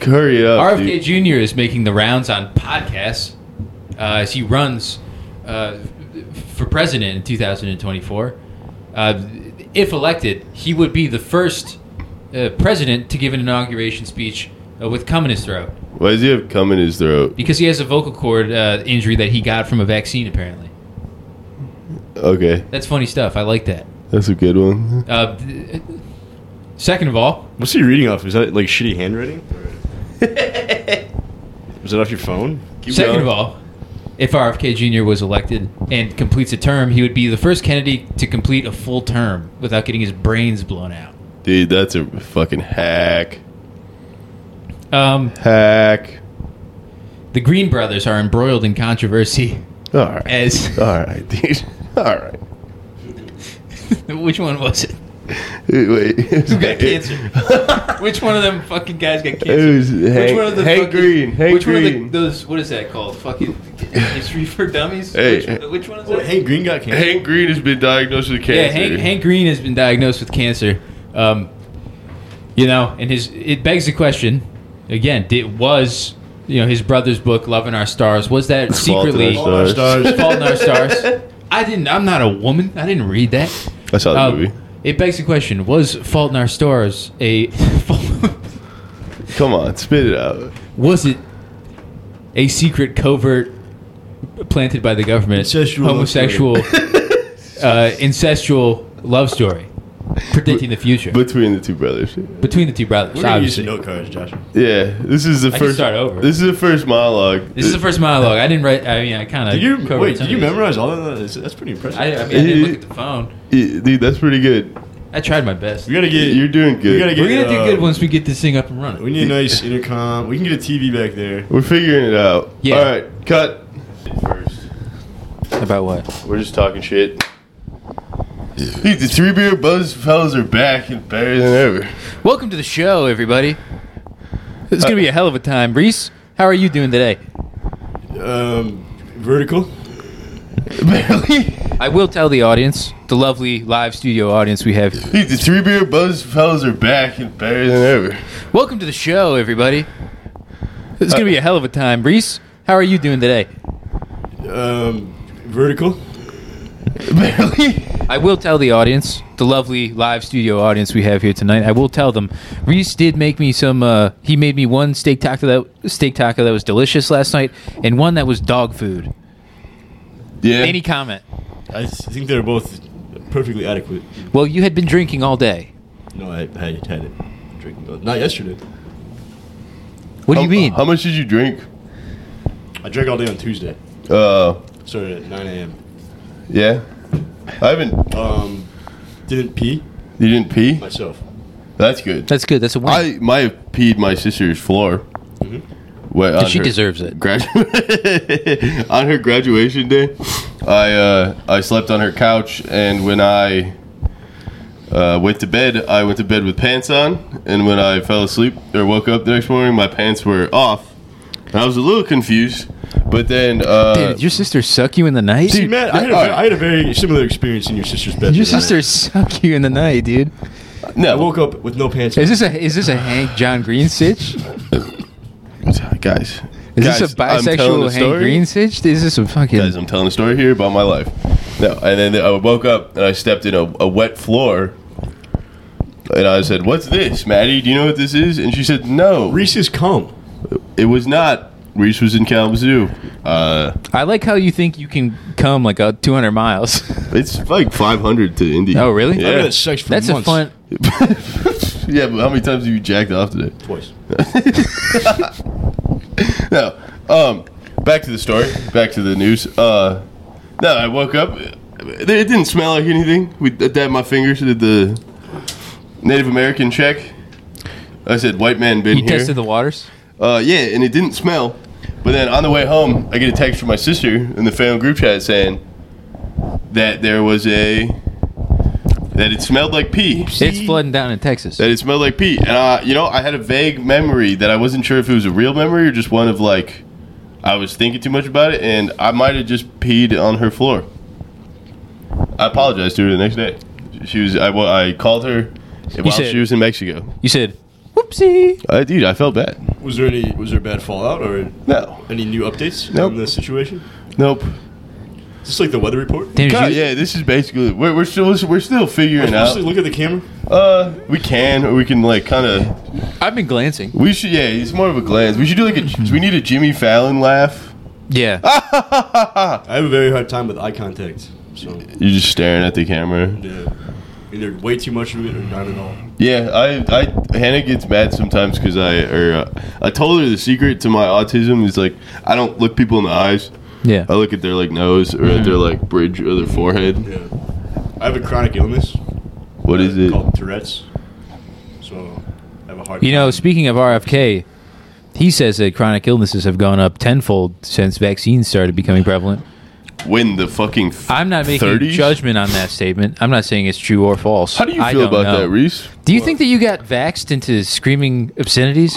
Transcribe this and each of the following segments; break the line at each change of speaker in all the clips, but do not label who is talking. Hurry up.
RFK
dude.
Jr. is making the rounds on podcasts uh, as he runs uh, for president in 2024. Uh, if elected, he would be the first uh, president to give an inauguration speech uh, with cum in his throat
Why does he have cum in his throat?
because he has a vocal cord uh, injury that he got from a vaccine, apparently.
Okay,
That's funny stuff. I like that.
that's a good one.
Uh, th- second of all,
What's he reading off? Is that like shitty handwriting? Is that off your phone?
Keep
Second
going.
of all, if RFK Jr. was elected and completes a term, he would be the first Kennedy to complete a full term without getting his brains blown out.
dude, that's a fucking hack.
Um,
Hack.
the Green brothers are embroiled in controversy
All right.
as
All right, dude. All right.
which one was it?
Wait, wait.
Who got cancer? which one of them fucking guys got cancer?
It was Hank,
which one of the
Hank
fucking-
Green. Hank
which
Green.
one of the, those? What is that called? Fucking history for dummies.
Hey.
which, one- which one is
Oh,
that?
Hank Green got cancer.
Hank Green has been diagnosed with cancer.
Yeah, Hank, Hank Green has been diagnosed with cancer. Um, you know, and his it begs the question again: Did was you know his brother's book "Loving Our Stars" was that
Fault in Our
secretly
Stars.
Stars.
"Fault in Our Stars"? I didn't. I'm not a woman. I didn't read that.
I saw the
Um,
movie.
It begs the question: Was "Fault in Our Stars" a
Come on, spit it out.
was it a secret covert planted by the government
Incestual love
homosexual uh, incestual love story predicting the future
Between the two brothers.
between the two brothers
We're gonna use
obviously
some note cards, Josh.
Yeah, this is the
can
first.
start over.
This is the first monologue.
this is the first monologue I didn't write I mean I kind of
Did you wait? Did you memorize all of that? That's- That's pretty impressive.
I, I mean I didn't look at the phone
Yeah, dude, that's pretty good.
I tried my best
we gotta get.
You're doing good.
We gotta get.
we're gonna do
uh,
good once we get this thing up and running
We need a nice intercom. We can get a TV back there.
We're figuring it out.
Yeah.
All right, cut. First,
about what
we're just talking shit. Dude, the three beer buzz fellas are back and better than ever.
welcome to the show everybody it's gonna be a hell of a time Reese how are you doing today
Um, vertical.
Barely.
I will tell the audience the lovely live studio audience we have
Dude, the three beer buzz fellas are back and better than ever.
Welcome to the show, everybody. It's gonna be a hell of a time. Reese, how are you doing today?
Um, vertical.
Barely.
I will tell the audience, the lovely live studio audience we have here tonight. I will tell them, Reese did make me some. Uh, he made me one steak taco that steak taco that was delicious last night, and one that was dog food.
Yeah.
Any comment?
I s- think they're both perfectly adequate.
Well, you had been drinking all day.
No, I, I had it. Drinking milk. Not yesterday.
What do
How-
you mean?
How much did you drink?
I drank all day on Tuesday.
Uh,
Started at 9 a.m.
yeah. I haven't.
Um, didn't pee
You didn't pee?
myself.
That's good.
That's good. That's a win.
I might have peed my sister's floor. Wait, on
Mm-hmm. she
her
deserves it.
gradu- on her graduation day, I uh, I slept on her couch, and when I uh, went to bed, I went to bed with pants on, and when I fell asleep or woke up the next morning, my pants were off. And I was a little confused, but then uh,
Dude, did your sister suck you in the night?
See, Matt, I had, a,
all right.
I had a very similar experience in your sister's bed.
uh, your
tonight.
sister suck you in the night, dude.
I
no,
woke up with no pants.
Is
on.
this a is this a Hank John Green stitch?
guys.
Is
guys,
this a
I'm telling
bisexual
the
Hank
story.
Green stitch? Is this a fucking?
Guys, I'm telling a story here about my life. No, and then I woke up and I stepped in a, a wet floor. And I said, "What's this, Maddie? Do you know what this is?" And she said, "No,
Reese's cum.
it was not." Reese was in Kalamazoo. Uh,
I like how you think you can come like uh, 200 miles.
it's like 500 to Indy.
Oh, really?
I've been
Yeah.
at sex for
That's a
months.
fun.
yeah, but how many times have you jacked off today?
Twice.
No. Um, back to the story. Back to the news. Uh, no, I woke up. It didn't smell like anything. We I dabbed my fingers at the Native American check. I said, "White man been
You
here."
tested the waters.
uh, yeah, and it didn't smell. But then on the way home, I get a text from my sister in the family group chat saying that there was a that it smelled like pee.
It's flooding down in Texas.
That it smelled like pee. And, uh, you know, I had a vague memory that I wasn't sure if it was a real memory or just one of, like, I was thinking too much about it, and I might have just peed on her floor. I apologized to her the next day. She was, I, wa- I called her while
said-
she was in Mexico.
You said,
Whoopsie.
I, dude, I felt bad.
Was there any was there bad fallout or
No,
any new updates
Nope.
on the situation?
nope.
Is this like the weather report?
Damn,
God,
did you-
yeah, this is basically we're, we're still we're still
Am I
figuring
supposed
out.
to look at the camera.
Uh, we can or we can like kind of.
I've been glancing.
We should yeah. It's more of a glance. We should do like a. We need a Jimmy Fallon laugh.
Yeah.
Ah!
I have a very hard time with eye contact. So
You're just staring at the camera.
yeah, either way too much of it or not at all.
Yeah, I, I Hannah gets mad sometimes because I or uh, I told her the secret to my autism is like I don't look people in the eyes.
Yeah.
I look at their like nose or at their
Mm-hmm.
like bridge or their forehead.
Yeah, I have a chronic illness.
What is
uh,
it?
Called Tourette's. So I have a hard.
You know,
time.
speaking of RFK, he says that chronic illnesses have gone up tenfold since vaccines started becoming prevalent.
When the fucking f-
I'm not making
30s?
judgment on that statement. I'm not saying it's true or false.
How do you
I
feel
don't
about
know.
that, Reese?
Do you think that you got vaxxed into screaming obscenities?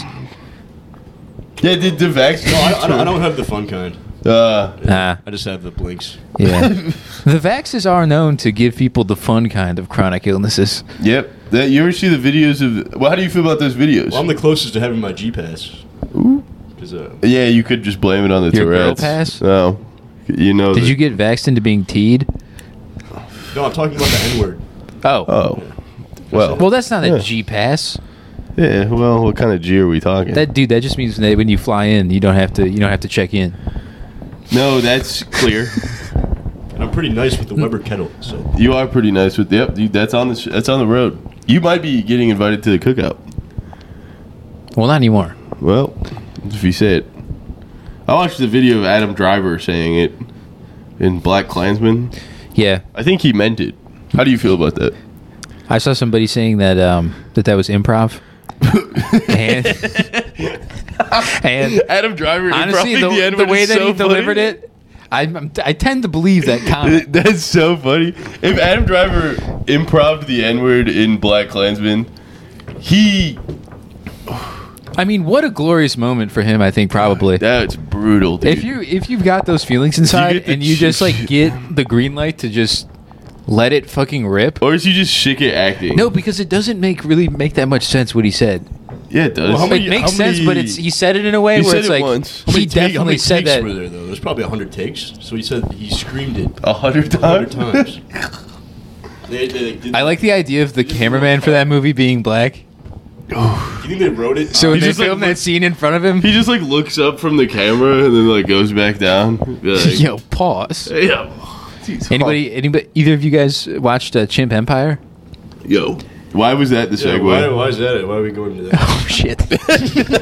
Yeah, did the vaccine?
No, I, I, don't, I don't have the fun kind.
Uh,
Nah.
I just have the blinks.
Yeah. the vaxes are known to give people the fun kind of chronic illnesses.
yep. That you ever see the videos of? Well, how do you feel about those videos?
Well, I'm the closest to having my G pass.
Ooh.
Because uh,
yeah, you could just blame it on the
Your girl
Tourette's.
pass?
No, you know.
Did
that-
you get vaxxed into being teed?
no, I'm talking about the N word.
Oh.
Oh, well.
Well, that's not a
Yeah.
G pass.
Yeah. Well, what kind of G are we talking?
That dude, that just means that when you fly in, you don't have to you don't have to check in.
no, that's clear.
And I'm pretty nice with the Weber kettle. So
You are pretty nice with yep. Dude, that's on the sh- that's on the road. You might be getting invited to the cookout.
Well, not anymore.
Well, if you say it, I watched the video of Adam Driver saying it in Black Klansman.
Yeah,
I think he meant it. How do you feel about that?
I saw somebody saying that um, that that was improv. and and
Adam Driver.
honestly,
improv-ing
the, the,
N-word
way
is
that
so
he
funny.
delivered it, I, I'm, I tend to believe that comment.
That's so funny. If Adam Driver improved the N word in Black Klansman, he
I mean, what a glorious moment for him! I think probably.
that's brutal. Dude.
if you if you've got those feelings inside
get the
and you just like
chance-
get the green light to just let it fucking rip.
or is he just sick at acting?
No, because it doesn't make really make that much sense what he said.
Yeah, it does.
Well, how
It
many-
makes sense, but it's he said it in a way
He
where
said
it's
it
like
once.
How
he
many take- how
definitely
many
said
takes
that.
Were there though? There's probably hundred takes. So he said he screamed it
A hundred
hundred
times.
times. They- they- they did-
I like the idea of the cameraman for that movie being black.
Do you think they wrote it?
So
He
when they
just, like,
filmed that
looked-
scene in front of him,
He just like looks up from the camera and then like goes back down. Be Like,
yo, pause.
"Hey, yo, geez,
Anybody, anybody, either of you guys watched uh, Chimp Empire?
fuck." Yo, why was that the
Yeah, why,
segue?
why is that? It? Why are we going to that?
Oh shit!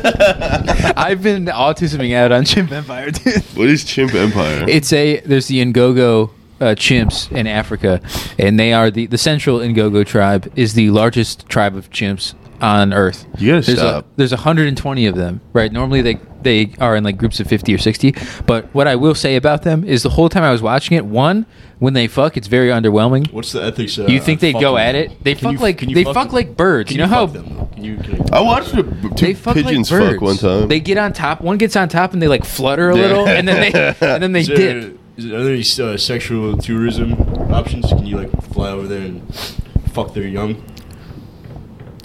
I've been autisming out on Chimp Empire, dude.
What is Chimp Empire?
It's a there's the Ngogo uh, chimps in Africa, and they are the the central Ngogo tribe is the largest tribe of chimps on Earth.
You gotta
there's
stop.
A, there's 120 of them, right? Normally they they are in like groups of 50 or 60. But what I will say about them is the whole time I was watching it, one when they fuck, it's very underwhelming.
What's the ethics? Uh,
You think they'd go
fucking-
at it? They
Can
fuck
you-
like
can you
they
fuck
fuck,
them?
like birds.
Can
you know how
fuck them, though? Can you, can you-
I watched a, two
they fuck
pigeons
like birds.
fuck one time.
They get on top. One gets on top and they like flutter a
Yeah.
little, and then they and then they
Is there-
dip.
is there- are there any uh, sexual tourism options? Can you like fly over there and fuck their young?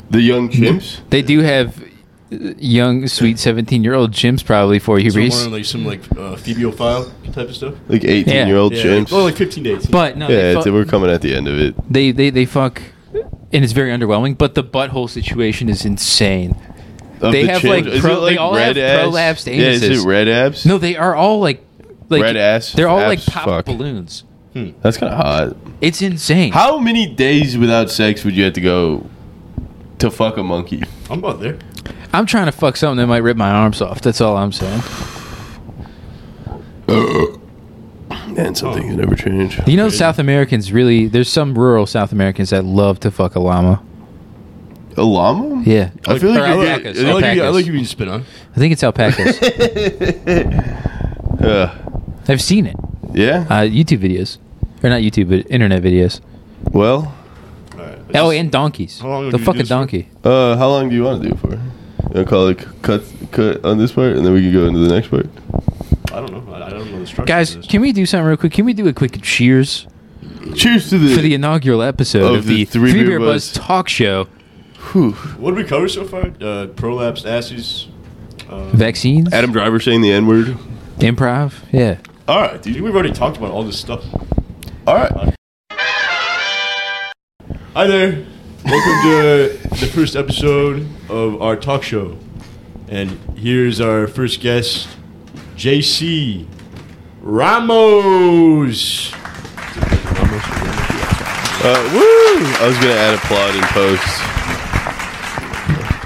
the young chimps.
They do have uh, young, sweet seventeen-year-old chimps probably for you,
So more
Reese.
on, like some like uh, phobophile type of stuff.
Like 18
Yeah.
year old
Yeah,
chimps.
well, like fifteen to eighteen.
But no,
yeah,
they,
it's-
fu-
we're coming at the end of it.
they they they fuck, and it's very underwhelming. But the butthole situation is insane.
Of
They
the
have,
chimps-
like,
is it,
pro- they all have
abs?
prolapsed
Yeah, is
anuses.
it red abs?
No, they are all like, like
Red ass
They're all like
abs
pop
fuck.
balloons.
that's kind of hot.
It's insane.
How many days without sex would you have to go to fuck a monkey?
I'm about there.
I'm trying to fuck something that might rip my arms off. That's all I'm saying.
Man, something can never change.
You know, South Americans really. There's some rural South Americans that love to fuck a llama.
A llama?
Yeah,
I feel
Or
like you're- I
alpacas.
I like, you, I
alpacas.
like you being spit on.
I think it's alpacas.
Uh,
I've seen it.
yeah.
Uh, YouTube videos, or not YouTube, but internet videos.
Well,
All right.
Oh, and donkeys.
How long
The
have you
fucking
used for?
donkey.
uh, how long do you want to do it for? I'll call it cut cut on this part, and then we can go into the next part.
I don't know. I, I don't know the structure.
Guys,
of this.
can we do something real quick? Can we do a quick cheers
Cheers to the.
for the inaugural episode
Of
of,
the
the,
Three
Three
Beer
Beer Buzz
Buzz.
Talk Show?
Whew.
What did we cover so far? Uh, prolapsed asses. Uh,
Vaccines,
Adam Driver saying the N word.
improv. Yeah.
All right, dude. We've already talked about all this stuff.
All right.
Hi there. Welcome to the first episode of our talk show. And here's our first guest, JC Ramos.
Uh, woo! I was gonna add applaud in post.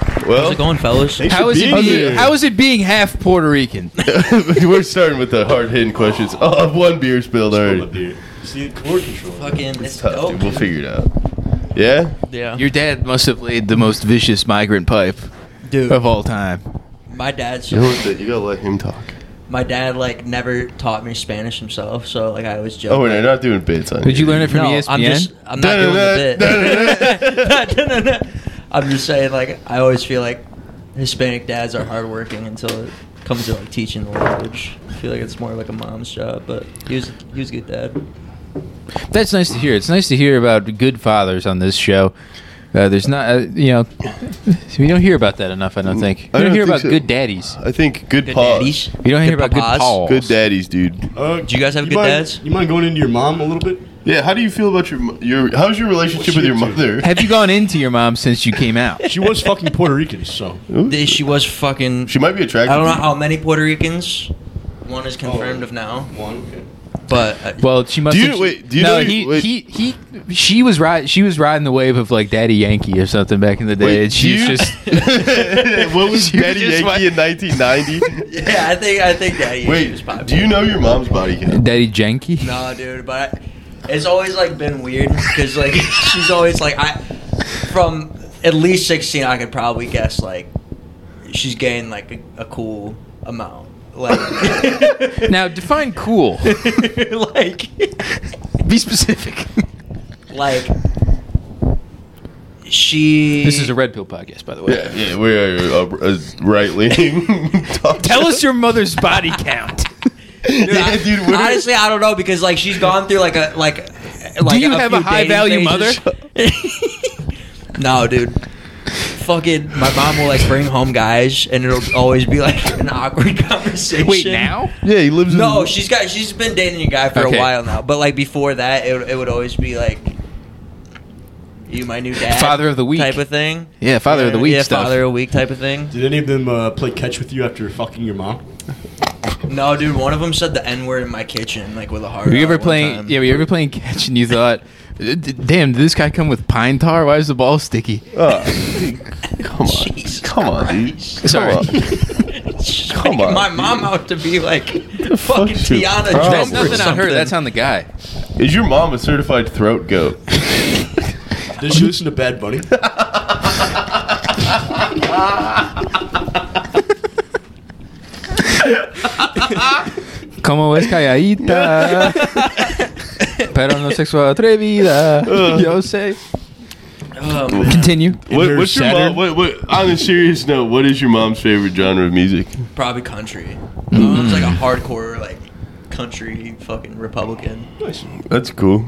How's it
Well,
going, fellas?
Thanks
How
for
is it?
being here.
Being, how is it being half Puerto Rican?
we're starting with the hard hitting questions. Oh, one beer spilled
Hold
already.
up here. See, cord control.
Fucking, it's
Tough,
dope.
dude. We'll figure it out. Yeah.
Yeah,
Your dad must have laid the most vicious migrant pipe
dude.
of all time.
My dad's
You know what? dude? You gotta let him talk.
my dad like never taught me Spanish himself, so like I always joke.
Oh, wait,
like,
no, you're not doing bits on.
Did you learn it from E
no,
ESPN?
I'm just I'm not doing the bit. I'm just saying like I always feel like Hispanic dads are hardworking until it comes to like teaching the language. I feel like it's more like a mom's job, but he was he was a good dad.
That's nice to hear. It's nice to hear about good fathers on this show. Uh, there's not, uh, you know, we don't hear about that enough. I don't think. We
I
don't,
don't
hear
think
about
so.
good daddies.
I think good,
Good
paws.
daddies.
You don't hear about
papas.
good paws.
Good daddies, dude.
Uh,
Do you guys have good
mind,
dads?
You mind going into your mom a little bit?
Yeah, how do you feel about your mo- your? How's your relationship
What's
with
she
your
up to?
mother?
Have you gone into your mom since you came out?
She was fucking Puerto Rican, so.
They- She was fucking.
She might be Oh. attractive.
I don't know how many Puerto Ricans. One is confirmed of now,
One, okay.
but uh,
Well, she must.
Do you-
have,
wait, do you
no,
know-
he,
wait.
he he she was riding she was riding the wave of like Daddy Yankee or something back in the day,
Wait,
and she's
do you-
just
what was
She was
Daddy
just
Yankee
like-
in 1990?
yeah, I think I think Daddy Yankee was
Wait,
popular.
do you know your mom's body count?
Daddy Janky.
No, dude, but I, it's always like been weird because like she's always like I from at least sixteen, I could probably guess like she's gained like a, a cool amount. Like,
Now define cool.
like,
Be specific.
like she.
this is a red pill podcast, by the way.
Yeah, yeah, we are uh, a, a right leaning.
Tell us your mother's body count.
dude.
I-
dude we're,
honestly, I don't know because like she's gone through like a like.
Do you have a high-value mother?
mother? no, dude. Fucking, my mom will like bring home guys, and it'll always be like an awkward conversation.
Wait, now?
yeah, he lives.
No,
in,
she's got she's been dating a guy for
Okay.
a while now, but like before that, it, it would always be like, "You my new dad,
Father of the week.
type of thing."
Yeah, father of the week
yeah,
stuff.
father of the week type of thing.
Did any of them uh, play catch with you after fucking your mom?
No, dude, one of them said the n word in my kitchen, like with a heart.
Were you
on
ever
one
playing?
time.
Yeah, were you ever playing catch and you thought, "D- "Damn, did this guy come with pine tar? Why is the ball sticky?"
Oh, come on,
Jesus
come on, dude. Come
Sorry.
on.
Come
on,
my
dude.
mom out to be like
fuck's
fucking
your problem?
Tiana Trump
That's
That's
or
nothing on her.
something.
That's on the guy.
Is your mom a certified throat goat?
Did she listen to Bad Bunny?
Como es calladita, pero no sexual atrevida.
Uh.
Yo sé.
Oh, man.
Continue.
What,
her
what's your mom?
Saturn?
What, what, on a serious note, what is your mom's favorite genre of music?
probably country. My mom's like a hardcore like country fucking Republican.
Nice.
That's cool.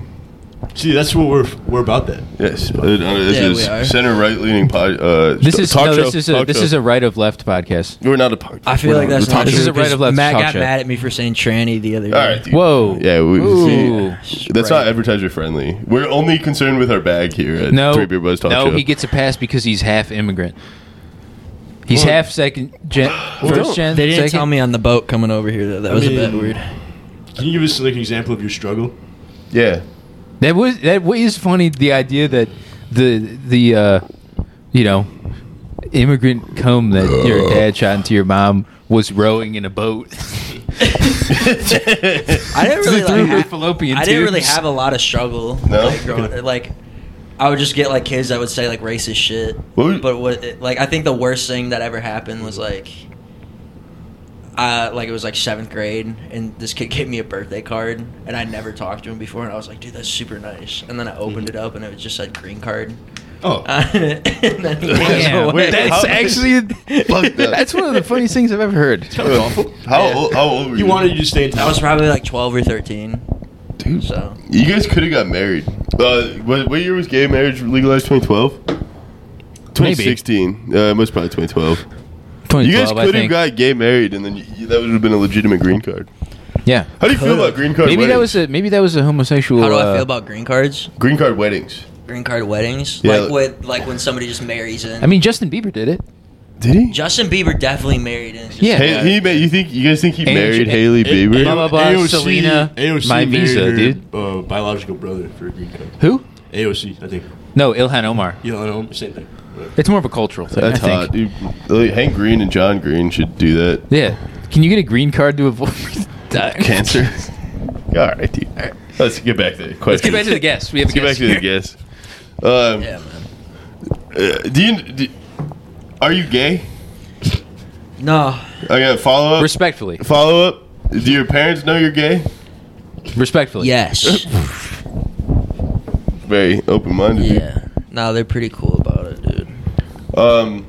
See, that's what we're we're about. That
Yes, uh, this
Yeah, we are.
is center right leaning pod. Uh,
This
sh-
is
talk
no,
show,
this is a
talk
this
show.
is a right of left podcast.
We're not a podcast.
I feel
We're
like
not-
that's
we're
not
talk
This
true.
is a right of left
Matt
talk
got
show.
mad at me for saying tranny the other day.
show. All right, dude.
Whoa.
Yeah, we, see,
Ooh.
that's not advertiser friendly. We're only concerned with our bag here at
No.
Uh, Three Beer Buzz Talk
no,
Show.
he gets a pass because he's half immigrant. He's
Well-
half second gen, first
don't-
gen.
They didn't
second.
tell me on the boat coming over here though. That was a bit
mean-
weird.
can you give us like an example of your struggle?
yeah,
That was that wa- is funny. The idea that the the uh, you know immigrant comb that your dad shot into your mom was rowing in a boat.
I didn't really
Through
like
her
have,
fallopian
I didn't really
tubes.
have a lot of struggle.
No?
Like, growing, like I would just get like kids that would say like racist shit.
What would-
but what it- like I think the worst thing that ever happened was like uh like it was like 7th grade and this kid gave me a birthday card and I never talked to him before and I was like dude that's super nice. And
Mm-hmm.
then I opened it up and it just said green card.
Oh,
on it. and then he
Damn,
walked away.
wait,
that's
how-
actually
Fuck that.
that's one of the funniest things I've ever heard.
kind of awful.
Uh, how old, how old were you?
You wanted you to stay in
I
town.
was probably like 12 or 13.
Dude.
So
You guys could have got married. Uh, what, what year was gay marriage legalized? Twenty twelve. 2016. Uh, it was probably 2012.
2012,
You guys
I
could have
think.
got gay married, and then you, that would have been a legitimate green card.
yeah.
How do you feel about green card?
Maybe
weddings?
that was a maybe that was a homosexual.
How do I
uh,
feel about green cards?
green card weddings.
Green card weddings,
Yeah.
like with like when somebody just marries in.
I mean, Justin Bieber did it.
Did he?
Justin Bieber definitely married in. Just-
Yeah.
Hey, he ma- you think you guys think he
And-
married
and-
Haley Bieber?
Blah, blah, blah, Selena, my
married
visa,
her,
dude.
Uh, biological brother for a green card.
Who?
AOC, I think.
No, Ilhan Omar.
You know, same thing. Whatever.
It's more of a cultural thing.
That's
I think.
hot. Dude. Like, Hank Green and John Green should do that.
Yeah. Can you get a green card to avoid that?
Cancer. All right, dude. Let's get back to the
Let's get
question.
back to the guests. We have
Let's get back to the guess. Um,
yeah, man.
uh, do you? Do, are you gay?
No,
I got follow up.
Respectfully.
follow up. Do your parents know you're gay?
Respectfully.
yes,
Very open minded.
yeah. No, they're pretty cool about it, dude.
Um,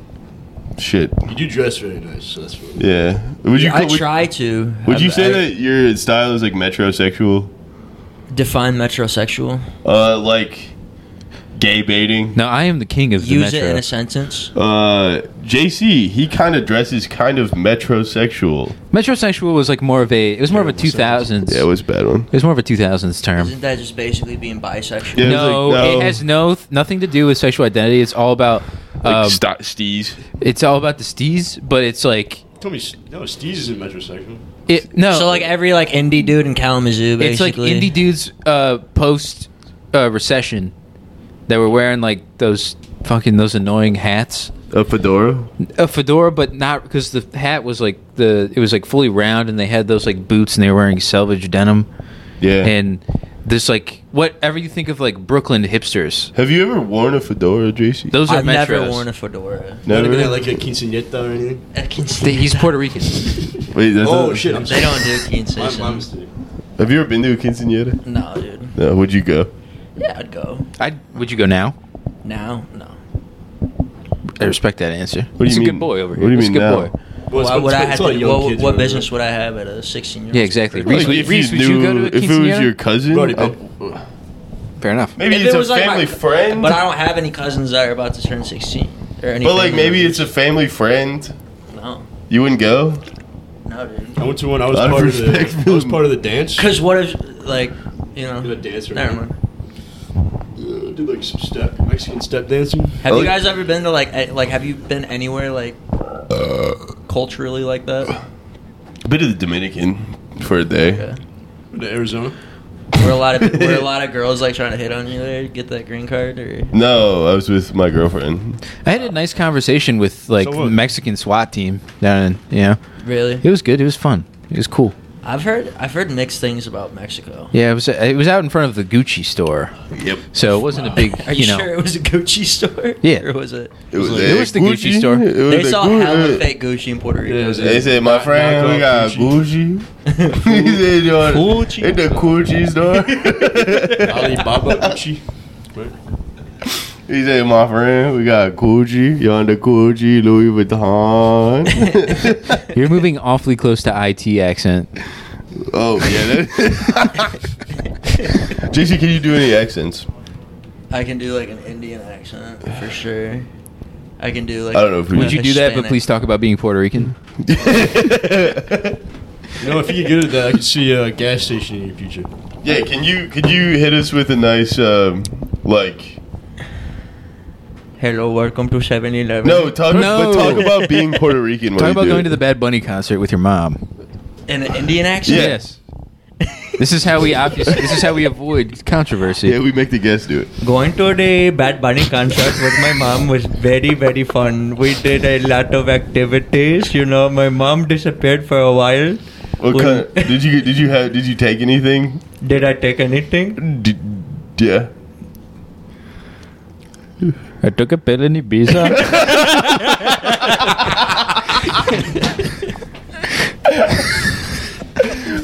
shit.
You do dress very nice, so that's what.
Yeah. Would you?
I
would,
try to.
would you
I-
say
I
that your style is like metrosexual?
define metrosexual?
Uh, like gay baiting.
No, I am the king of the
Use
metro.
it in a sentence.
Uh, JC, he kind of dresses kind of metrosexual.
Metrosexual was like more of a. It was more of a
Terrible
two thousands.
Yeah, it was a bad one.
It was more of a two thousands term.
Isn't that just basically being bisexual?
Yeah. it was
no,
like, no.
it has no nothing to do with sexual identity. It's all about. Um,
St- steez.
it's all about the steez, but it's like
Tell me, no, Steez is in metrosexual.
it. No,
So like every like indie dude in Kalamazoo,
it's like
basically.
indie dudes uh, post uh, recession that were wearing like those fucking those annoying hats.
A fedora.
a fedora, but not because the hat was like the it was like fully round, and they had those like boots, and they were wearing selvage denim,
Yeah.
and this like whatever you think of like Brooklyn hipsters,
have you ever worn a fedora, JC?
those are
I've
metros.
never worn a fedora.
Not
Never.
even at, like a quinceanera or anything.
A
They-
quinceañera.
He's Puerto Rican.
Wait, that's
Oh
not-
shit! I'm sorry.
They don't do
My, my
quinceañeras.
mistake.
Have you ever been to a quinceanera?
No, dude.
No. Would you go?
Yeah, I'd go.
I would you go now?
Now, no.
I respect that answer.
What do
He's
you
a
mean-
good boy over
what
here.
do you
He's
mean
a
now?
good boy.
Well, it's-
Why would I
it's
have
all
to,
young
what,
kids
what
really.
business would I have at a 16 year old?
Yeah, exactly. Reese,
Like,
would,
if
Reese,
you
would you go to a
knew- if it was
quinceanera?
your cousin,
Brody,
I-
Oh.
Fair enough.
maybe
If
it's
it
a
was like my-
family friend.
But I don't have any cousins that are about to turn 16. Or any
But like
family
maybe it's
members.
a family friend.
No.
You wouldn't go?
No, dude.
I went to one. I was
Out of
part of
respect
the.
for
I was
them.
part of the dance.
Because what if, like, you know.
You're a dancer,
Never
man.
mind.
Uh, do like some step Mexican step dancing.
Have
Oh,
you guys ever been to, like, a- like, have you been anywhere, like, culturally like that?
A bit of the Dominican for a day.
Uh.
Yeah.
To Arizona.
Where a lot of where a lot of girls like trying to hit on you there, to get that green card, or
No, I was with my girlfriend.
I had a nice conversation with like
So what?
Mexican SWAT team down in you know.
really?
It was good. It was fun. It was cool.
I've heard I've heard mixed things about Mexico.
Yeah, it was. It was out in front of the Gucci store.
Yep.
So it wasn't a big,
Are you,
you, know.
sure it was a Gucci store?
Yeah.
Or was it?
It was,
It
a
was the Gucci store.
It was
They
a
saw
Gu-
hella
uh,
fake Gucci in Puerto
Yeah,
Rico.
it's-
They said, my
Knock-
friend,
knock
we got
off
Gucci.
Gucci."
he said, "You want-
Gucci.
in the Gucci store.
Alibaba Gucci. Right.
he said, my friend, we got Gucci. You on the Gucci, Louis Vuitton.
You're moving awfully close to IT accent.
oh, yeah. That- JC, can you do any accents?
I can do like an Indian accent for sure. I can do like.
I don't know if we-
Would you do that? But
Hispanic.
please talk about being Puerto Rican.
You know, if you get it, that, I could see a gas station in your future.
Yeah, can you could you hit us with a nice um like
Hello, welcome to 7 Eleven.
no talk
No.
but talk about being Puerto Rican. when
Talk
you
about
do
going
it.
to the Bad Bunny concert with your mom.
In an Indian accent?
Yeah.
Yes. This is how we obviously. This is how we avoid controversy.
Yeah, we make the guests do it.
Going to the Bad Bunny concert with my mom was very, very fun. We did a lot of activities. You know, my mom disappeared for a while.
What
When-
kind did you did you have did you take anything?
Did I take anything?
Did, yeah.
I took a pill in Ibiza.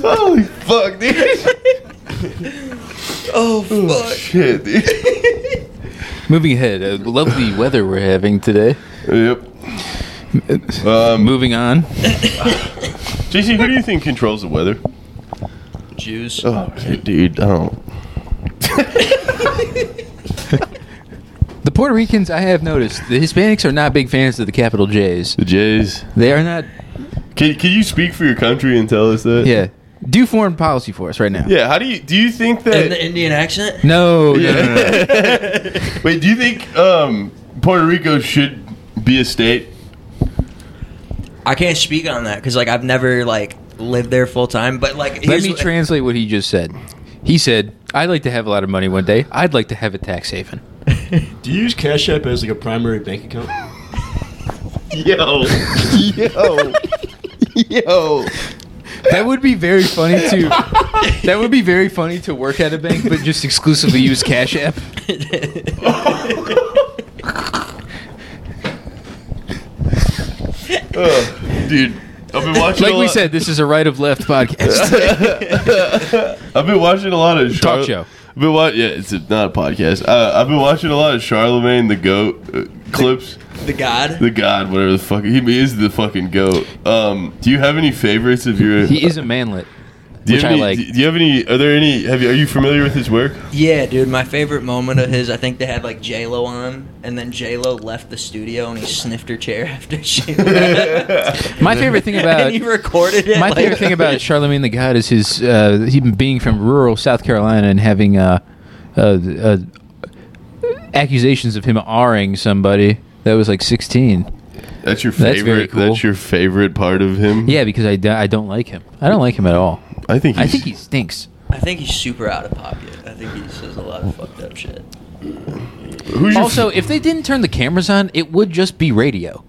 Holy fuck, dude!
Oh,
Oh,
fuck.
shit, dude.
Moving ahead, uh, lovely weather we're having today.
yep. Um,
Moving on.
JC, who do you think controls the weather?
Jews.
Oh, dude, I don't.
The Puerto Ricans, I have noticed, the Hispanics are not big fans of the capital J's.
The Jays.
They are not.
Can, can you speak for your country and tell us that?
Yeah. Do foreign policy for us right now.
Yeah. How do you do you think that?
In the Indian accent?
No, no, no, no.
Yeah. Wait, do you think um, Puerto Rico should be a state?
I can't speak on that because like I've never like lived there full time. But like,
Let
here's
me
what-
translate what he just said. He said, I'd like to have a lot of money one day. I'd like to have a tax haven.
Do you use Cash App as like a primary bank account?
Yo, yo, yo.
That would be very funny to. that would be very funny to work at a bank, but just exclusively use Cash App.
Ugh, dude, I've been watching.
Like
a
we
uh,
lot-
said, this is a right of left podcast.
I've been watching a lot of Char-
Talk show.
I've been wa- Yeah, it's a, not a podcast. Uh, I've been watching a lot of Charlemagne the Goat uh, clips.
the God.
The God, whatever the fuck he is, the fucking goat. Um, do you have any favorites of your?
he is a manlet,
do you
which
have
I
any-
like.
Do you have any? Are there any? Have you? Are you familiar with his work?
Yeah, dude, my favorite moment of his, I think they had like J Lo on, and then J Lo left the studio and he sniffed her chair after she left.
My favorite thing about-
and he recorded it.
My
like-
favorite thing about Charlemagne the God is his uh, he being from rural South Carolina and having uh, uh, uh, accusations of him r-ing somebody that was like 16.
That's your favorite. That's,
That's very cool.
your favorite part of him.
Yeah, because I, do- I don't like him. I don't like him at all.
I think.
I
He's,
think he stinks.
I think he's super out of pocket. I think he says a lot of fucked up shit.
Who's your
Also, if they didn't turn the cameras on, it would just be radio.
f-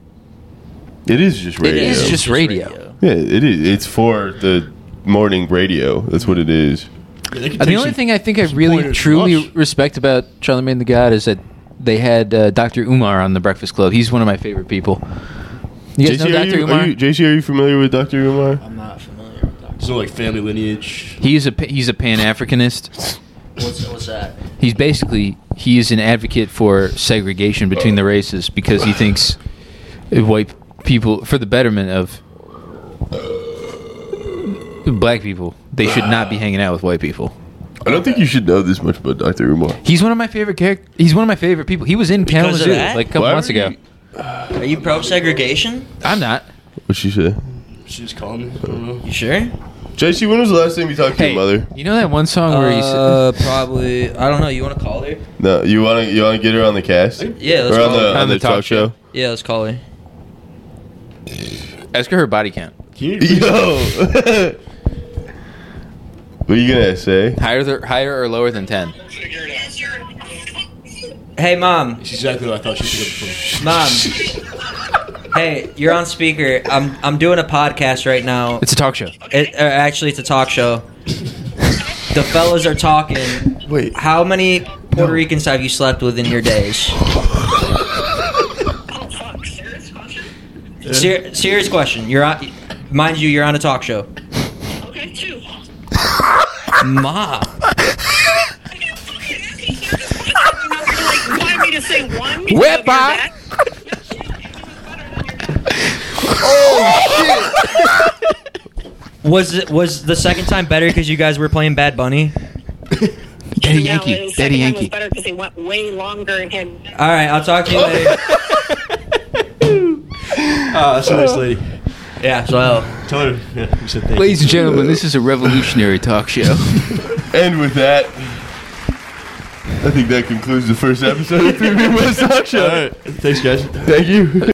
it is just radio.
is just radio.
Yeah, it is. It's for the morning radio. That's what it is.
the only thing I think I really truly respect about Charlemagne the God is that they had uh, Dr. Umar on the Breakfast Club. He's one of my favorite people. You guys
JC,
know
are
Dr.
you,
Umar?
Are you, JC, are you familiar with Dr. Umar?
I'm not familiar with that.
So like family lineage.
He's a pa- he's a Pan Africanist.
What's, what's that?
He's basically he is an advocate for segregation between the races because he thinks white people for the betterment of black people they should not be hanging out with white people.
I don't think you should know this much about Dr. Umar.
He's one of my favorite character. He's one of my favorite people. He was in
Because of
Kalamazoo
that?
like a couple
Why
months
are
ago.
you-
Are you pro segregation?
I'm not.
What'd she say?
She's calling me. I don't know.
You sure?
JC, when was the last time you talked to
Hey,
your mother?
you know that one song where he
Uh,
said,
probably. I don't know. You want to call her?
No, you want to you want to get her on the cast
Yeah, let's
or on
call
the
her.
on, the, talk, show?
Yeah, let's call her.
"Ask her her body count.
Can you
Yo, what are you gonna say?
Higher, the, higher or lower than ten?
Hey, mom.
That's exactly what I thought she should have before.
Mom. hey, you're on speaker. I'm I'm doing a podcast right now.
It's a talk show.
It, uh, actually, it's a talk show. The fellas are talking.
Wait,
How many Puerto Ricans have you slept with in your days?
Oh,
Ser- serious question. You're on, mind you, you're on a talk show.
Okay, two.
Mom,
like, want me to say one?
Wet by.
was it was the second time better because you guys were playing Bad Bunny?
Daddy
uh,
Yankee, Daddy Yankee.
better because he went way longer and had.
All right, I'll talk to you later.
Ah, that's a nice lady.
Yeah. So.
Tell her. Yeah, you said thank
Ladies and gentlemen, this is a revolutionary talk show.
And with that, I think that concludes the first episode of Premium West Talk
you.
Show.
All right. Thanks, guys.
Thank you.